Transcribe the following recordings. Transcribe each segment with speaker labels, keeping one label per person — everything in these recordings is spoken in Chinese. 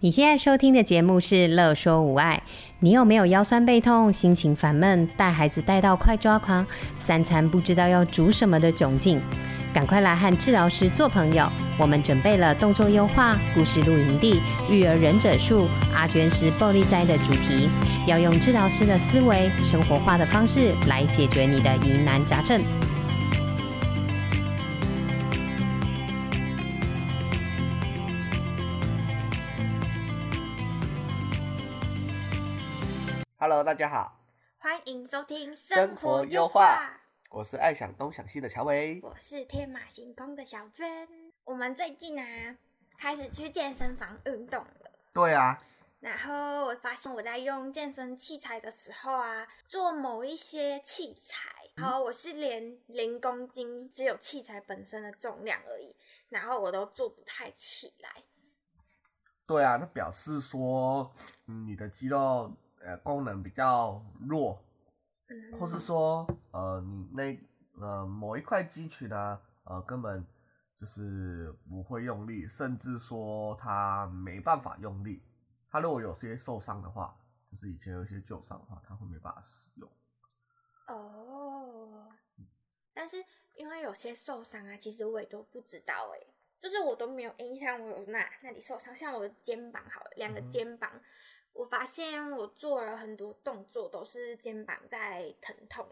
Speaker 1: 你现在收听的节目是《乐说无碍》。你有没有腰酸背痛、心情烦闷、带孩子带到快抓狂、三餐不知道要煮什么的窘境？赶快来和治疗师做朋友！我们准备了动作优化、故事露营地、育儿忍者术、阿娟式暴力灾的主题，要用治疗师的思维、生活化的方式来解决你的疑难杂症。
Speaker 2: Hello，大家好，
Speaker 3: 欢迎收听
Speaker 2: 生活优化，我是爱想东想西的乔伟。
Speaker 3: 我是天马行空的小娟。我们最近啊，开始去健身房运动了。
Speaker 2: 对啊，
Speaker 3: 然后我发现我在用健身器材的时候啊，做某一些器材，
Speaker 2: 嗯
Speaker 3: 然后我是连零公斤，只有器材本身的重量而已，然后我都做不太起来。
Speaker 2: 对啊，那表示说、嗯、你的肌肉呃功能比较弱，
Speaker 3: 嗯，
Speaker 2: 或是说呃你那呃某一块肌群呢呃根本就是不会用力，甚至说它没办法用力。它如果有些受伤的话，就是以前有一些旧伤的话，它会没办法使用。
Speaker 3: 哦，
Speaker 2: 嗯
Speaker 3: 但是因为有些受伤啊，其实我也都不知道哎、就是我都没有印象我有哪哪里受伤，像我的肩膀好了，两个
Speaker 2: 嗯
Speaker 3: 肩膀，我发现我做了很多动作都是肩膀在疼痛，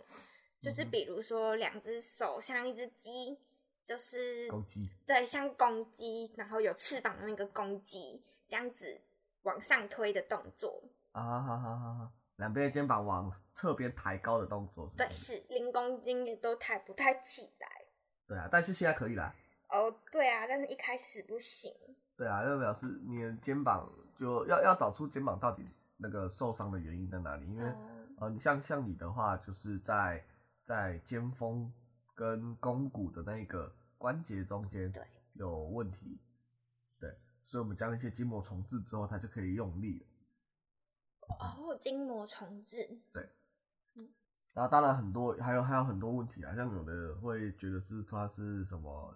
Speaker 3: 就是
Speaker 2: 嗯
Speaker 3: 比如说两只手像一只鸡，就是
Speaker 2: 攻击
Speaker 3: 对，像公鸡，然后有翅膀的那个公鸡这样子往上推的动作，
Speaker 2: 啊哈哈哈哈，两边的肩膀往侧边抬高的动作是不
Speaker 3: 对，是零公斤也都抬不太起来。
Speaker 2: 对啊，但是现在可以啦。
Speaker 3: 哦，对啊，但是一开始不行。
Speaker 2: 对啊，就表示你的肩膀就要要找出肩膀到底那个受伤的原因在哪里，因为、
Speaker 3: 嗯
Speaker 2: 呃，你像像你的话，就是在在肩峰跟肱骨的那个关节中间
Speaker 3: 对
Speaker 2: 有问题，对，所以我们将一些筋膜重置之后，它就可以用力了。
Speaker 3: 哦，筋膜重置，
Speaker 2: 然后当然很多还有还有很多问题啊，像有的会觉得是它是什么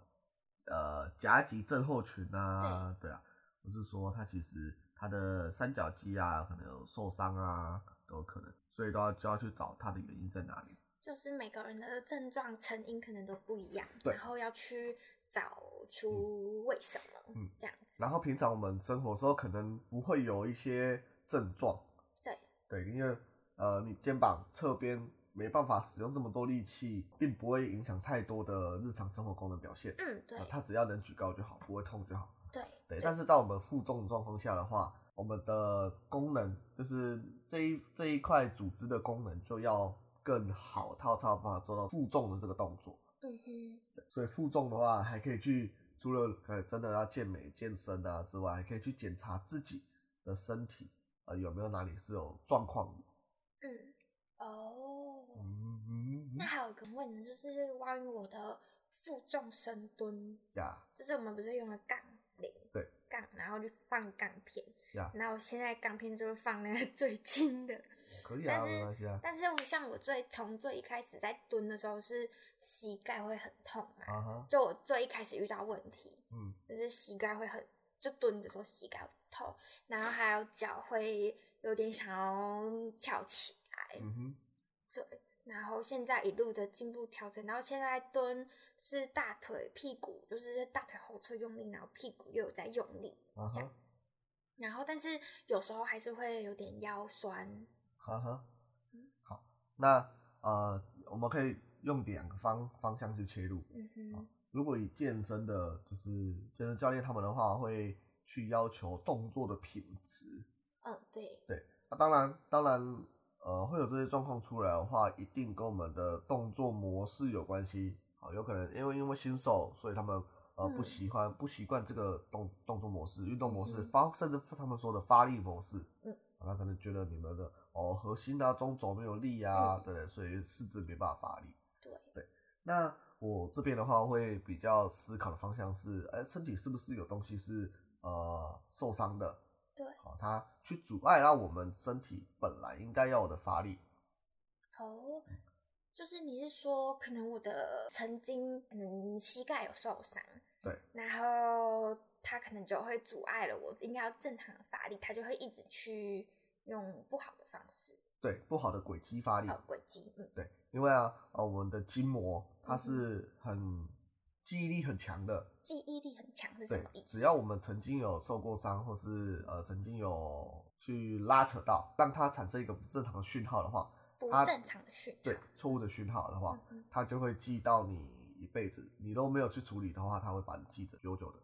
Speaker 2: 呃夹脊症候群啊，对啊，不是说它其实它的三角肌啊可能有受伤啊都有可能，所以都要就要去找它的原因在哪里。
Speaker 3: 就是每个人的症状成因可能都不一样，
Speaker 2: 对
Speaker 3: 然后要去找出为什么，
Speaker 2: 嗯
Speaker 3: 这样子。
Speaker 2: 然后平常我们生活的时候可能不会有一些症状，
Speaker 3: 对
Speaker 2: 对，因为呃你肩膀侧边没办法使用这么多力气，并不会影响太多的日常生活功能表现，
Speaker 3: 嗯，对
Speaker 2: 啊，它只要能举高就好，不会痛就好。
Speaker 3: 对
Speaker 2: 对，但是在我们负重的状况下的话，我们的功能就是这一这一块组织的功能就要更好，它才有办法做到负重的这个动作。
Speaker 3: 嗯哼，
Speaker 2: 对所以负重的话，还可以去除了呃真的要健美健身啊之外，还可以去检查自己的身体呃有没有哪里是有状况的。
Speaker 3: 嗯，哦，
Speaker 2: 嗯嗯
Speaker 3: 那还有一个问题就是关于我的负重深蹲，
Speaker 2: 呀
Speaker 3: 就是我们不是用了杠铃，
Speaker 2: 对，
Speaker 3: 杠，然后就放杠片，
Speaker 2: 呀，
Speaker 3: 然后我现在杠片就是放那个最轻的，
Speaker 2: 可以啊，
Speaker 3: 但是
Speaker 2: 没关系啊。
Speaker 3: 但是我像我最从最一开始在蹲的时候是膝盖会很痛嘛，
Speaker 2: 啊哈，
Speaker 3: 就我最一开始遇到问题
Speaker 2: 嗯，
Speaker 3: 就是膝盖会很，就蹲的时候膝盖会痛，然后还有脚会有点想要翘起来，
Speaker 2: 嗯哼，
Speaker 3: 对，然后现在一路的进步调整，然后现在蹲是大腿屁股，就是大腿后侧用力，然后屁股又有在用力，
Speaker 2: 啊哈，
Speaker 3: 然后但是有时候还是会有点腰酸，
Speaker 2: 哈哈，好，那呃，我们可以用两个方方向去切入。
Speaker 3: 嗯哼，
Speaker 2: 如果以健身的，就是健身教练他们的话，会去要求动作的品质。
Speaker 3: 嗯，对，
Speaker 2: 那、当然，当然，呃，会有这些状况出来的话，一定跟我们的动作模式有关系。好，有可能因为因为新手，所以他们呃
Speaker 3: 嗯
Speaker 2: 不习惯不习惯这个动动作模式、运动模式
Speaker 3: 嗯哼
Speaker 2: 发，甚至他们说的发力模式。
Speaker 3: 嗯
Speaker 2: 啊，他可能觉得你们的哦核心啊、中轴没有力啊，
Speaker 3: 嗯
Speaker 2: 对不对，所以四肢没办法发力。
Speaker 3: 对
Speaker 2: 对，那我这边的话会比较思考的方向是，哎、身体是不是有东西是呃受伤的？
Speaker 3: 对
Speaker 2: 好，它去阻碍到我们身体本来应该要有的发力。
Speaker 3: 哦，就是你是说，可能我的曾经可能膝盖有受伤，
Speaker 2: 对，
Speaker 3: 然后它可能就会阻碍了我应该要正常的发力，它就会一直去用不好的方式，
Speaker 2: 对，不好的轨迹发力，
Speaker 3: 呃，轨迹，嗯，
Speaker 2: 对，因为啊，呃，我们的筋膜它是很记忆力很强的，
Speaker 3: 记忆力很强是什
Speaker 2: 对
Speaker 3: 么意，思？
Speaker 2: 只要我们曾经有受过伤，或是呃曾经有去拉扯到，让它产生一个不正常的讯号的话，
Speaker 3: 不
Speaker 2: 它
Speaker 3: 正常的训
Speaker 2: 对
Speaker 3: 练，
Speaker 2: 错误的讯号的话
Speaker 3: 嗯，嗯
Speaker 2: 它就会记到你一辈子。你都没有去处理的话，它会把你记着久久的。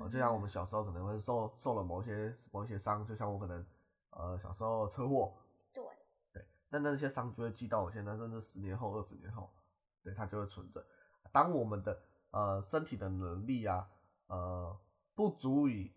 Speaker 2: 哦，
Speaker 3: 嗯
Speaker 2: 就像我们小时候可能会受受了某些某一些伤，就像我可能呃小时候车祸，
Speaker 3: 对，
Speaker 2: 那那些伤就会记到我现在，甚至十年后、二十年后，对它就会存着。当我们的呃身体的能力啊，呃不足以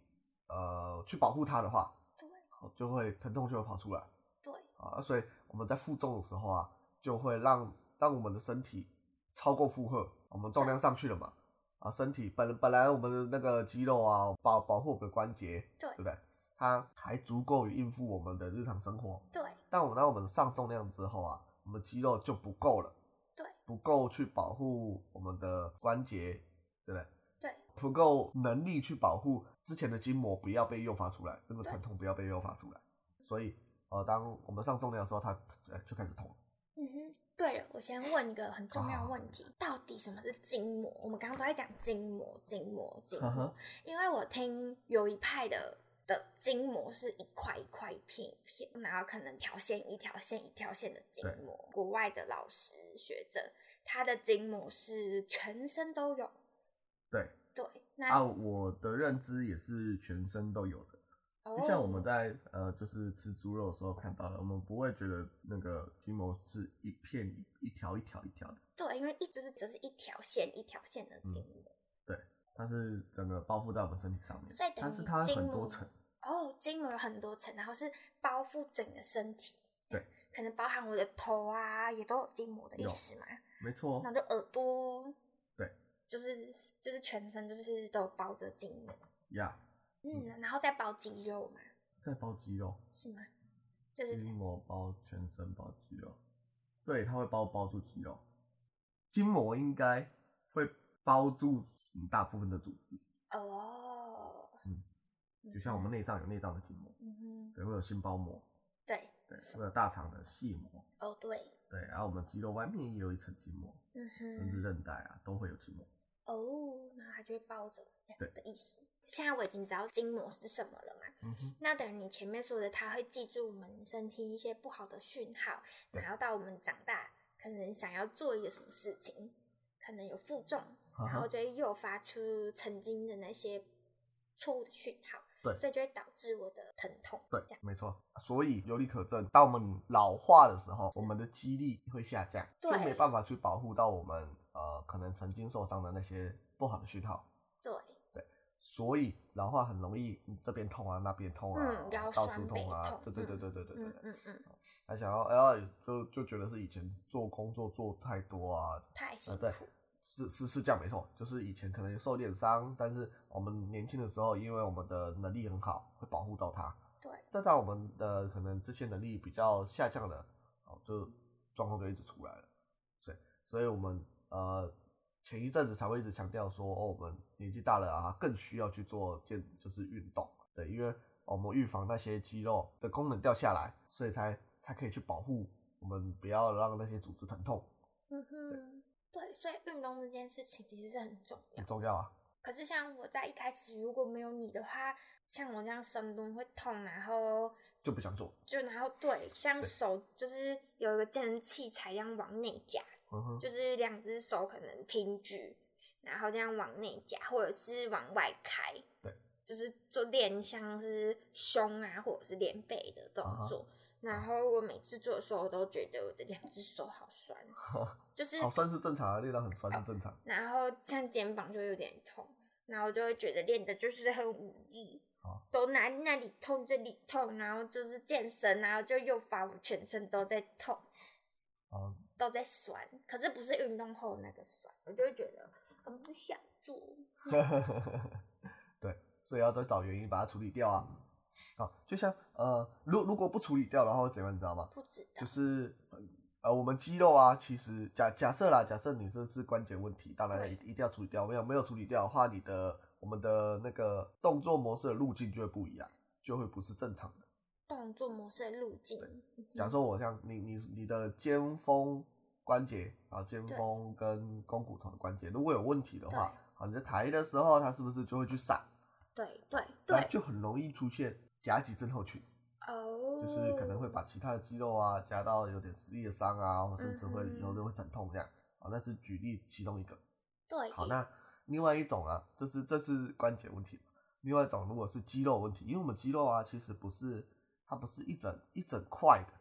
Speaker 2: 呃去保护它的话，
Speaker 3: 对
Speaker 2: 哦就会疼痛就会跑出来
Speaker 3: 对，
Speaker 2: 啊。所以我们在负重的时候啊，就会让让我们的身体超过负荷，我们重量上去了嘛，啊身体本本来我们的那个肌肉啊保保护我们的关节，
Speaker 3: 对
Speaker 2: 对不对？它还足够于应付我们的日常生活，
Speaker 3: 对，
Speaker 2: 但我们当我们上重量之后啊，我们肌肉就不够了，
Speaker 3: 对，
Speaker 2: 不够去保护我们的关节，对不对？
Speaker 3: 对，
Speaker 2: 不够能力去保护之前的筋膜不要被诱发出来，那个
Speaker 3: 对
Speaker 2: 疼痛不要被诱发出来。所以，呃，当我们上重量的时候，它呃就开始痛了。
Speaker 3: 嗯哼。对了，我先问一个很重要的
Speaker 2: 好
Speaker 3: 问题：到底什么是筋膜？我们刚刚都在讲筋膜，筋膜，筋
Speaker 2: 呵
Speaker 3: 膜
Speaker 2: 呵。
Speaker 3: 因为我听有一派的的筋膜是一块一块一片一片，然后可能条线一条线一条线的筋膜。国外的老师学者，他的筋膜是全身都有。
Speaker 2: 对
Speaker 3: 对，那、
Speaker 2: 啊，我的认知也是全身都有的，
Speaker 3: 哦、
Speaker 2: 就像我们在呃，就是吃猪肉的时候看到的，我们不会觉得那个筋膜是一片一一条一条一条的，
Speaker 3: 对，因为一就是只是一条线一条线的
Speaker 2: 嗯
Speaker 3: 筋膜。
Speaker 2: 它是整个包覆在我们身体上面
Speaker 3: 所以，等
Speaker 2: 但是
Speaker 3: 于
Speaker 2: 它
Speaker 3: 筋
Speaker 2: 很
Speaker 3: 膜
Speaker 2: 多层。
Speaker 3: 哦，筋膜有很多层，然后是包覆整个身体。
Speaker 2: 对，
Speaker 3: 可能包含我的头啊，也都有筋膜的意
Speaker 2: 有
Speaker 3: 思嘛。
Speaker 2: 没错
Speaker 3: 那，就耳朵，
Speaker 2: 对，
Speaker 3: 就是就是全身就是都有包着筋膜，
Speaker 2: 呀，
Speaker 3: 嗯，然后再包肌肉嘛，
Speaker 2: 在包肌肉，
Speaker 3: 是吗？就是
Speaker 2: 筋膜包全身包肌肉，对，它会包包住肌肉，筋膜应该会包住你大部分的组织，
Speaker 3: 哦，
Speaker 2: 嗯，就像我们内脏有内脏的筋膜，
Speaker 3: 嗯哼，
Speaker 2: 对，会有心包膜，
Speaker 3: 对，
Speaker 2: 对，会有大肠的细膜，
Speaker 3: 哦对，
Speaker 2: 对，然后我们肌肉外面也有一层筋膜，
Speaker 3: 嗯
Speaker 2: 甚至
Speaker 3: 哼，
Speaker 2: 韧带啊都会有筋膜。
Speaker 3: 哦，然后它就会包着这
Speaker 2: 对
Speaker 3: 样的意思。现在我已经知道筋膜是什么了嘛，
Speaker 2: 嗯哼，
Speaker 3: 那等于你前面说的，它会记住我们身体一些不好的讯号，
Speaker 2: 对
Speaker 3: 然后到我们长大，可能想要做一个什么事情，可能有负重，
Speaker 2: 哈
Speaker 3: 然后
Speaker 2: 哈，
Speaker 3: 就会诱发出曾经的那些错误的讯号，
Speaker 2: 对
Speaker 3: 所以就会导致我的疼痛，
Speaker 2: 对
Speaker 3: 这样，
Speaker 2: 没错。所以有理可证，当我们老化的时候，我们的肌力会下降，就
Speaker 3: 对
Speaker 2: 没办法去保护到我们呃可能曾经受伤的那些不好的讯号。
Speaker 3: 对，
Speaker 2: 所以老化很容易嗯这边痛啊，那边痛啊，
Speaker 3: 嗯腰
Speaker 2: 到
Speaker 3: 酸
Speaker 2: 处
Speaker 3: 背
Speaker 2: 痛啊
Speaker 3: 痛，
Speaker 2: 对对对
Speaker 3: 嗯
Speaker 2: 对对对对
Speaker 3: 嗯
Speaker 2: 对。
Speaker 3: 嗯嗯，
Speaker 2: 他想要哎呀，就就觉得是以前做工作做太多啊，
Speaker 3: 太辛
Speaker 2: 啊
Speaker 3: 苦，
Speaker 2: 对，是是是这样没错，就是以前可能受点伤，但是我们年轻的时候，因为我们的能力很好，会保护到它。
Speaker 3: 对
Speaker 2: 但当我们的可能这些能力比较下降了，哦，就状况就一直出来了。所以，所以我们呃前一阵子才会一直强调说，哦，我们年纪大了啊，更需要去做健就是运动，对，因为我们预防那些肌肉的功能掉下来，所以才才可以去保护我们，不要让那些组织疼痛，
Speaker 3: 嗯哼，对，所以运动这件事情其实是很重要
Speaker 2: 很。重要啊。
Speaker 3: 可是像我在一开始如果没有你的话，像我这样深蹲会痛，然后
Speaker 2: 就不想做，
Speaker 3: 就然后对，像
Speaker 2: 对
Speaker 3: 手就是有一个健身器材一样往内夹，
Speaker 2: 嗯哼，
Speaker 3: 就是两只手可能平举，然后这样往内夹，或者是往外开，
Speaker 2: 对，
Speaker 3: 就是做练像是胸啊或者是练背的动
Speaker 2: 啊
Speaker 3: 作。然后我每次做的时候，我都觉得我的两只手好酸，就是
Speaker 2: 好酸是正常啊，练到很酸是正 常。
Speaker 3: 然后像肩膀就有点痛，然后就会觉得练的就是很无力
Speaker 2: 哦，
Speaker 3: 都哪里那里痛这里痛，然后就是健身，然后就诱发我全身都在痛，
Speaker 2: 哦，
Speaker 3: 都在酸，可是不是运动后那个酸，我就会觉得很不想做。
Speaker 2: 对，所以要再找原因把它处理掉啊。好，就像呃，如如果不处理掉的话会怎样，你知道吗？
Speaker 3: 不知道，
Speaker 2: 就是呃，我们肌肉啊，其实假假设啦，假设你这是关节问题，当然
Speaker 3: 对
Speaker 2: 一一定要处理掉。没有没有处理掉的话，你的我们的那个动作模式的路径就会不一样，就会不是正常的。
Speaker 3: 动作模式的路径。嗯哼
Speaker 2: 假设我像你你你的肩峰关节啊，肩峰跟肱骨头的关节，如果有问题的话，好，你在抬的时候，它是不是就会去闪？
Speaker 3: 对对
Speaker 2: 那
Speaker 3: 对，
Speaker 2: 就很容易出现夹脊症候群，
Speaker 3: 哦，
Speaker 2: 就是可能会把其他的肌肉啊夹到有点撕裂伤啊，或甚至会
Speaker 3: 嗯哼
Speaker 2: 有的会疼痛这样。啊，那是举例其中一个。
Speaker 3: 对
Speaker 2: 好，
Speaker 3: 耶
Speaker 2: 那另外一种啊，这是这是关节问题嘛另外一种如果是肌肉问题，因为我们肌肉啊其实不是它不是一整一整块的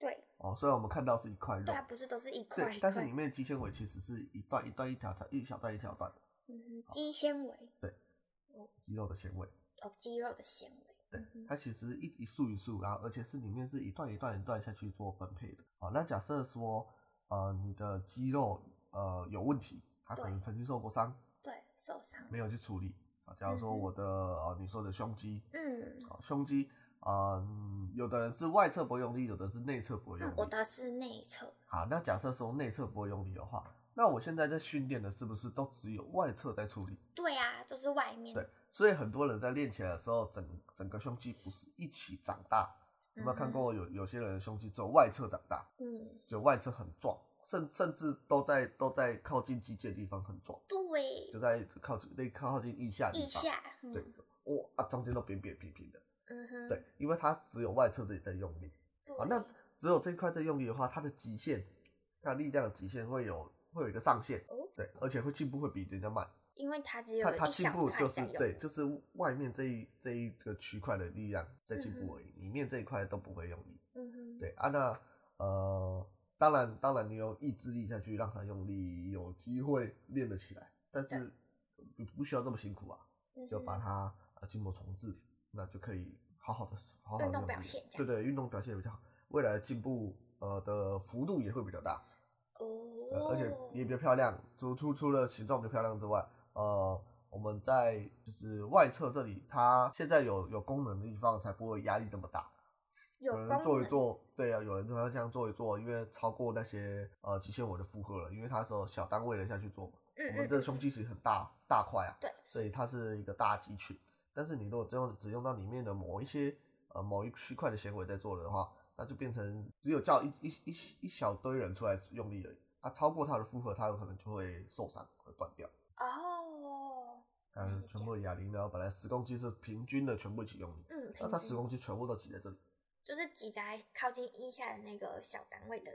Speaker 3: 对
Speaker 2: 哦，虽然我们看到是一块肉
Speaker 3: 对，啊，不是都是一块
Speaker 2: 对
Speaker 3: 一，
Speaker 2: 但是
Speaker 3: 块
Speaker 2: 里面的肌纤维其实是一段一段一条条一小段一小段的
Speaker 3: 嗯哼
Speaker 2: 哦
Speaker 3: 肌纤维
Speaker 2: 肌肉的纤维，
Speaker 3: 哦，肌肉的纤维，
Speaker 2: 对
Speaker 3: 嗯，
Speaker 2: 它其实一一束一束，然后而且是里面是一段一段一段下去做分配的。好，那假设说呃你的肌肉呃有问题，它可能
Speaker 3: 对
Speaker 2: 曾经受过伤，
Speaker 3: 对，受伤，
Speaker 2: 没有去处理。啊，假如说
Speaker 3: 嗯哼
Speaker 2: 我的呃你说的胸肌，
Speaker 3: 嗯，
Speaker 2: 啊，胸肌啊、嗯有的人是外侧不会用力，有的是内侧不会用
Speaker 3: 嗯
Speaker 2: 力。
Speaker 3: 我的是内侧，
Speaker 2: 好，那假设说内侧不会用力的话，那我现在在训练的是不是都只有外侧在处理？
Speaker 3: 对啊，就是外面，
Speaker 2: 对，所以很多人在练起来的时候，整整个胸肌不是一起长大。有没有看过有有些人的胸肌只有外侧长大，
Speaker 3: 嗯，
Speaker 2: 就外侧很壮，甚甚至都在都在靠近肌腱的地方很壮，
Speaker 3: 对
Speaker 2: 就，在靠近那靠近腋下的地
Speaker 3: 腋
Speaker 2: 方，
Speaker 3: 下，嗯
Speaker 2: 对，哇啊中间都扁扁平平的，
Speaker 3: 嗯哼，
Speaker 2: 对，因为它只有外侧这里在用力，
Speaker 3: 对，
Speaker 2: 啊，那只有这一块在用力的话，它的极限，它力量的极限会有会有一个上限
Speaker 3: 哦，
Speaker 2: 对，而且会进步会比人家慢。
Speaker 3: 因为它只有
Speaker 2: 它它
Speaker 3: 一
Speaker 2: 进
Speaker 3: 小
Speaker 2: 步
Speaker 3: 块
Speaker 2: 就是
Speaker 3: 在用，
Speaker 2: 对，就是外面这一这一个区块的力量在进步而已，里面这一块都不会用力。
Speaker 3: 嗯哼，
Speaker 2: 对啊，那呃，当然当然，你用意志力下去让它用力，有机会练得起来，但是不不需要这么辛苦啊，
Speaker 3: 嗯哼，
Speaker 2: 就把它呃筋膜重置，那就可以好好的好好的
Speaker 3: 运动表现这
Speaker 2: 对
Speaker 3: 样
Speaker 2: 对，运动表现比较好，未来的进步呃的幅度也会比较大。呃，
Speaker 3: 哦，
Speaker 2: 而且也比较漂亮，除除除了形状比较漂亮之外，呃，我们在就是外侧这里，它现在有有功能的地方才不会压力那么大。
Speaker 3: 有
Speaker 2: 人
Speaker 3: 功
Speaker 2: 做一
Speaker 3: 能，
Speaker 2: 做，对啊，有人要这样做一做，因为超过那些呃极限我的负荷了，因为它是有小单位的下去做嘛。
Speaker 3: 嗯
Speaker 2: 我
Speaker 3: 嗯
Speaker 2: 们这胸肌其实很大大块啊，
Speaker 3: 对，
Speaker 2: 所以它是一个大肌群。但是你如果只用只用到里面的某一些呃某一区块的纤维在做的话，那就变成只有叫一一一一小堆人出来用力而已。它、超过它的负荷，它有可能就会受伤，会断掉。
Speaker 3: 哦，
Speaker 2: 它
Speaker 3: 嗯
Speaker 2: 全部的哑铃呢，本来十公斤是平均的，全部一起用力，
Speaker 3: 嗯，
Speaker 2: 那
Speaker 3: 平
Speaker 2: 它
Speaker 3: 均
Speaker 2: 十公斤全部都挤在这里，
Speaker 3: 就是挤在靠近腋下的那个小单位的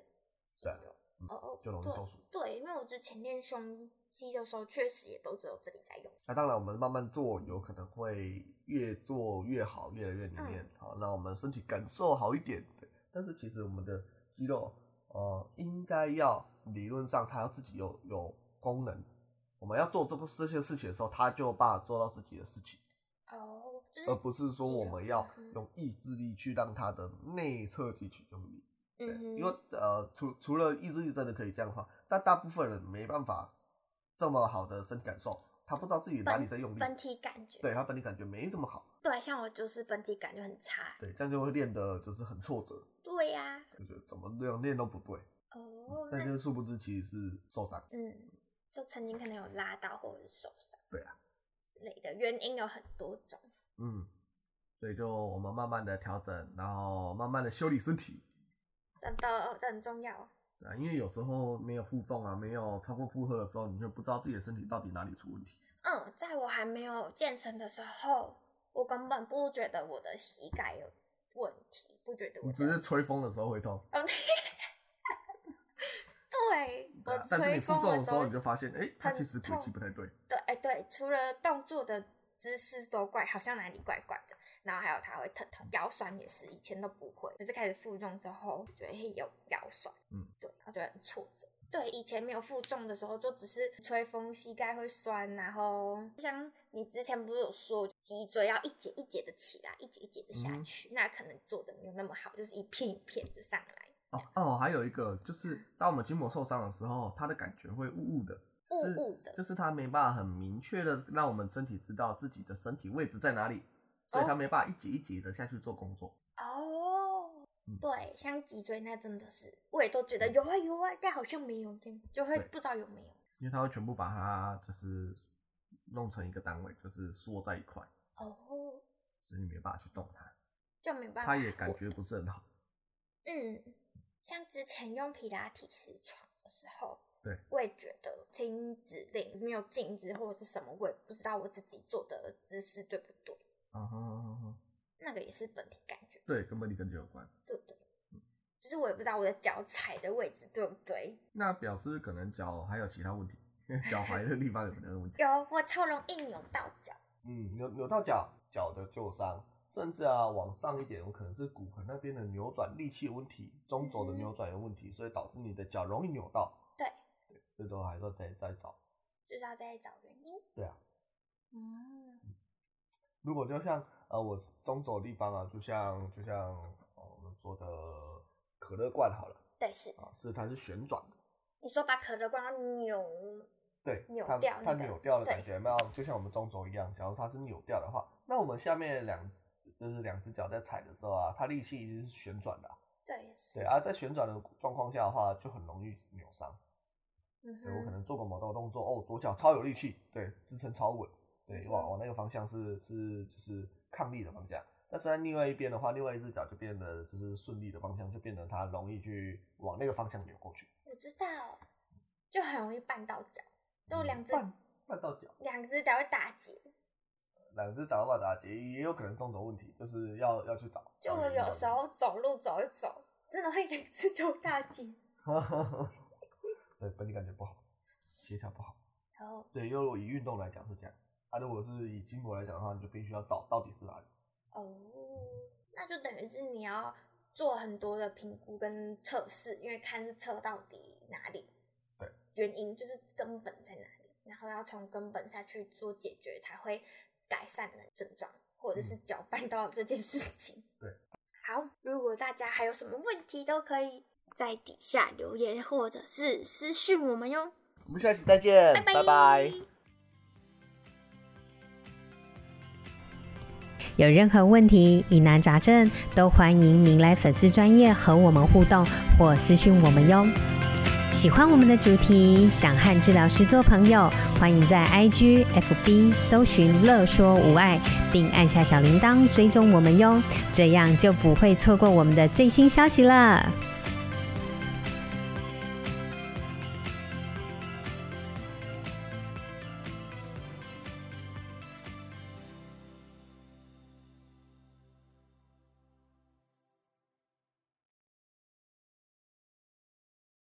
Speaker 3: 肌
Speaker 2: 对
Speaker 3: 肉
Speaker 2: 嗯。
Speaker 3: 哦哦，
Speaker 2: 就容易
Speaker 3: 对
Speaker 2: 受损。
Speaker 3: 对，因为我之前练胸肌的时候，确实也都只有这里在用。
Speaker 2: 那当然，我们慢慢做，有可能会越做越好，越来越里面、
Speaker 3: 嗯
Speaker 2: 好，让我们身体感受好一点。对，但是其实我们的肌肉，呃，应该要理论上它要自己有有功能。我们要做这个这些事情的时候，它就有办法做到自己的事情，
Speaker 3: 哦，就是
Speaker 2: 而呃不是说我们要
Speaker 3: 肌肉
Speaker 2: 用
Speaker 3: 嗯
Speaker 2: 意志力去让它的内侧肌群用力。对，
Speaker 3: 嗯哼，
Speaker 2: 因为呃，除除了意志力真的可以这样的话，但大部分人没办法这么好的身体感受，他不知道自己哪里在用力。
Speaker 3: 本体感觉，
Speaker 2: 对他本体感觉没这么好，
Speaker 3: 对，像我就是本体感觉很差。
Speaker 2: 对，这样就会练的就是很挫折，
Speaker 3: 对呀、
Speaker 2: 就觉得怎么练练都不对，
Speaker 3: 哦，
Speaker 2: 但嗯
Speaker 3: 那
Speaker 2: 就是殊不知其实是受伤，
Speaker 3: 嗯，就曾经可能有拉到或者是受伤，
Speaker 2: 对啊
Speaker 3: 之类的原因有很多种。
Speaker 2: 嗯，所以就我们慢慢的调整，然后慢慢的修理身体，
Speaker 3: 真的，这很重要。
Speaker 2: 对啊，因为有时候没有负重啊，没有超过负荷的时候，你就不知道自己的身体到底哪里出问题，
Speaker 3: 嗯，在我还没有健身的时候，我根本不觉得我的膝盖有问题，不觉得我
Speaker 2: 你
Speaker 3: 的
Speaker 2: 只是吹风的时候会痛，
Speaker 3: 哦，对，
Speaker 2: 对
Speaker 3: 我
Speaker 2: 啊，但是你
Speaker 3: 吹
Speaker 2: 负
Speaker 3: 风
Speaker 2: 重的
Speaker 3: 时
Speaker 2: 时候你就发现，哎、它其实轨
Speaker 3: 很
Speaker 2: 迹
Speaker 3: 痛
Speaker 2: 不太对，
Speaker 3: 对，哎对，除了动作的姿势都怪，好像哪里怪怪的，然后还有它会疼痛，腰酸也是，以前都不会，可是开始负重之后，觉得嘿有腰酸，
Speaker 2: 嗯，
Speaker 3: 对，我觉得很挫折。对，以前没有负重的时候，就只是吹风膝盖会酸，然后像你之前不是有说脊椎要一节一节的起来，一节一节的下
Speaker 2: 嗯
Speaker 3: 去，那可能做的没有那么好，就是一片一片的上来，
Speaker 2: 哦哦，还有一个就是当我们筋膜受伤的时候，它的感觉会雾雾的，
Speaker 3: 雾
Speaker 2: 是
Speaker 3: 雾的
Speaker 2: 就是它没办法很明确的让我们身体知道自己的身体位置在哪里，所以它
Speaker 3: 哦
Speaker 2: 没办法一节一节的下去做工作。
Speaker 3: 哦
Speaker 2: 嗯，
Speaker 3: 对，像脊椎那真的是，我也都觉得有啊有啊，但好像没有，这样就会
Speaker 2: 对
Speaker 3: 不知道有没有。
Speaker 2: 因为它会全部把它就是弄成一个单位，就是缩在一块，
Speaker 3: 哦，
Speaker 2: 所以你没办法去动它，
Speaker 3: 就没办法。
Speaker 2: 它也感觉不是很好。
Speaker 3: 嗯，像之前用皮拉提斯床的时候，
Speaker 2: 对，
Speaker 3: 我也觉得听指令没有镜子或者是什么，我也不知道我自己做的姿势对不对，
Speaker 2: 啊哈哈哈哈
Speaker 3: 那个也是本体感觉，
Speaker 2: 对，跟本体感觉有关。
Speaker 3: 对不对？
Speaker 2: 嗯
Speaker 3: 就是我也不知道我的脚踩的位置对不对。
Speaker 2: 那表示可能脚还有其他问题， 脚踝的地方有可能有问题。
Speaker 3: 有，我超容易扭到脚。
Speaker 2: 嗯，扭扭到脚，脚的旧伤，甚至啊往上一点，有可能是骨盆那边的扭转力气有问题，中轴的扭转有问题，所以导致你的脚容易扭到。
Speaker 3: 嗯对
Speaker 2: 对，这都还要再再找。
Speaker 3: 就是要再找原因。
Speaker 2: 对啊，
Speaker 3: 嗯，
Speaker 2: 如果就像呃我中轴地方啊，就像就像、呃我们说的可乐罐好了
Speaker 3: 对，是。
Speaker 2: 啊，是它是旋转的，
Speaker 3: 你说把可乐罐要扭，
Speaker 2: 对，
Speaker 3: 扭
Speaker 2: 它
Speaker 3: 掉
Speaker 2: 它
Speaker 3: 那个
Speaker 2: 扭掉的感
Speaker 3: 对
Speaker 2: 觉有没有？就像我们中轴一样，假如它是扭掉的话，那我们下面两就是两只脚在踩的时候啊，它力气一定是旋转的啊、
Speaker 3: 对，是
Speaker 2: 对。啊，在旋转的状况下的话，就很容易扭伤。
Speaker 3: 嗯
Speaker 2: 对我可
Speaker 3: 哼，
Speaker 2: 能做个某道动作，哦，左脚超有力气，对，支撑超稳，对，
Speaker 3: 嗯
Speaker 2: 往往那个方向是是就是抗力的方向。但是在另外一边的话，另外一只脚就变得就是顺力的方向，就变得它容易去往那个方向扭过去，
Speaker 3: 我知道，就很容易绊到脚，就两只
Speaker 2: 绊嗯绊到脚。
Speaker 3: 两只脚会打结。
Speaker 2: 两只找到打结，啊也有可能中轴问题，就是要要去找。
Speaker 3: 就
Speaker 2: 找
Speaker 3: 我
Speaker 2: 原因
Speaker 3: 有时候走路走一走，真的会两只脚打结。
Speaker 2: 到底， 对本体感觉不好，协调不好。
Speaker 3: 然后
Speaker 2: 对，因为我以运动来讲是这样，啊，如果是以筋膜来讲的话，你就必须要找到底是哪里。
Speaker 3: 哦，那就等于是你要做很多的评估跟测试，因为看是测到底哪里，
Speaker 2: 对，
Speaker 3: 原因就是根本在哪里，然后要从根本下去做解决，才会改善你的症状或者是搅拌到这件事情。
Speaker 2: 嗯对，
Speaker 3: 好，如果大家还有什么问题，都可以在底下留言或者是私讯我们哟。
Speaker 2: 我们下期再见，
Speaker 3: 拜
Speaker 2: 拜拜
Speaker 1: 有任何问题、疑难杂症，都欢迎您来粉丝专业和我们互动或私讯我们哟。喜欢我们的主题，想和治疗师做朋友，欢迎在 IG、FB 搜寻“乐说无碍”，并按下小铃铛追踪我们哟，这样就不会错过我们的最新消息了。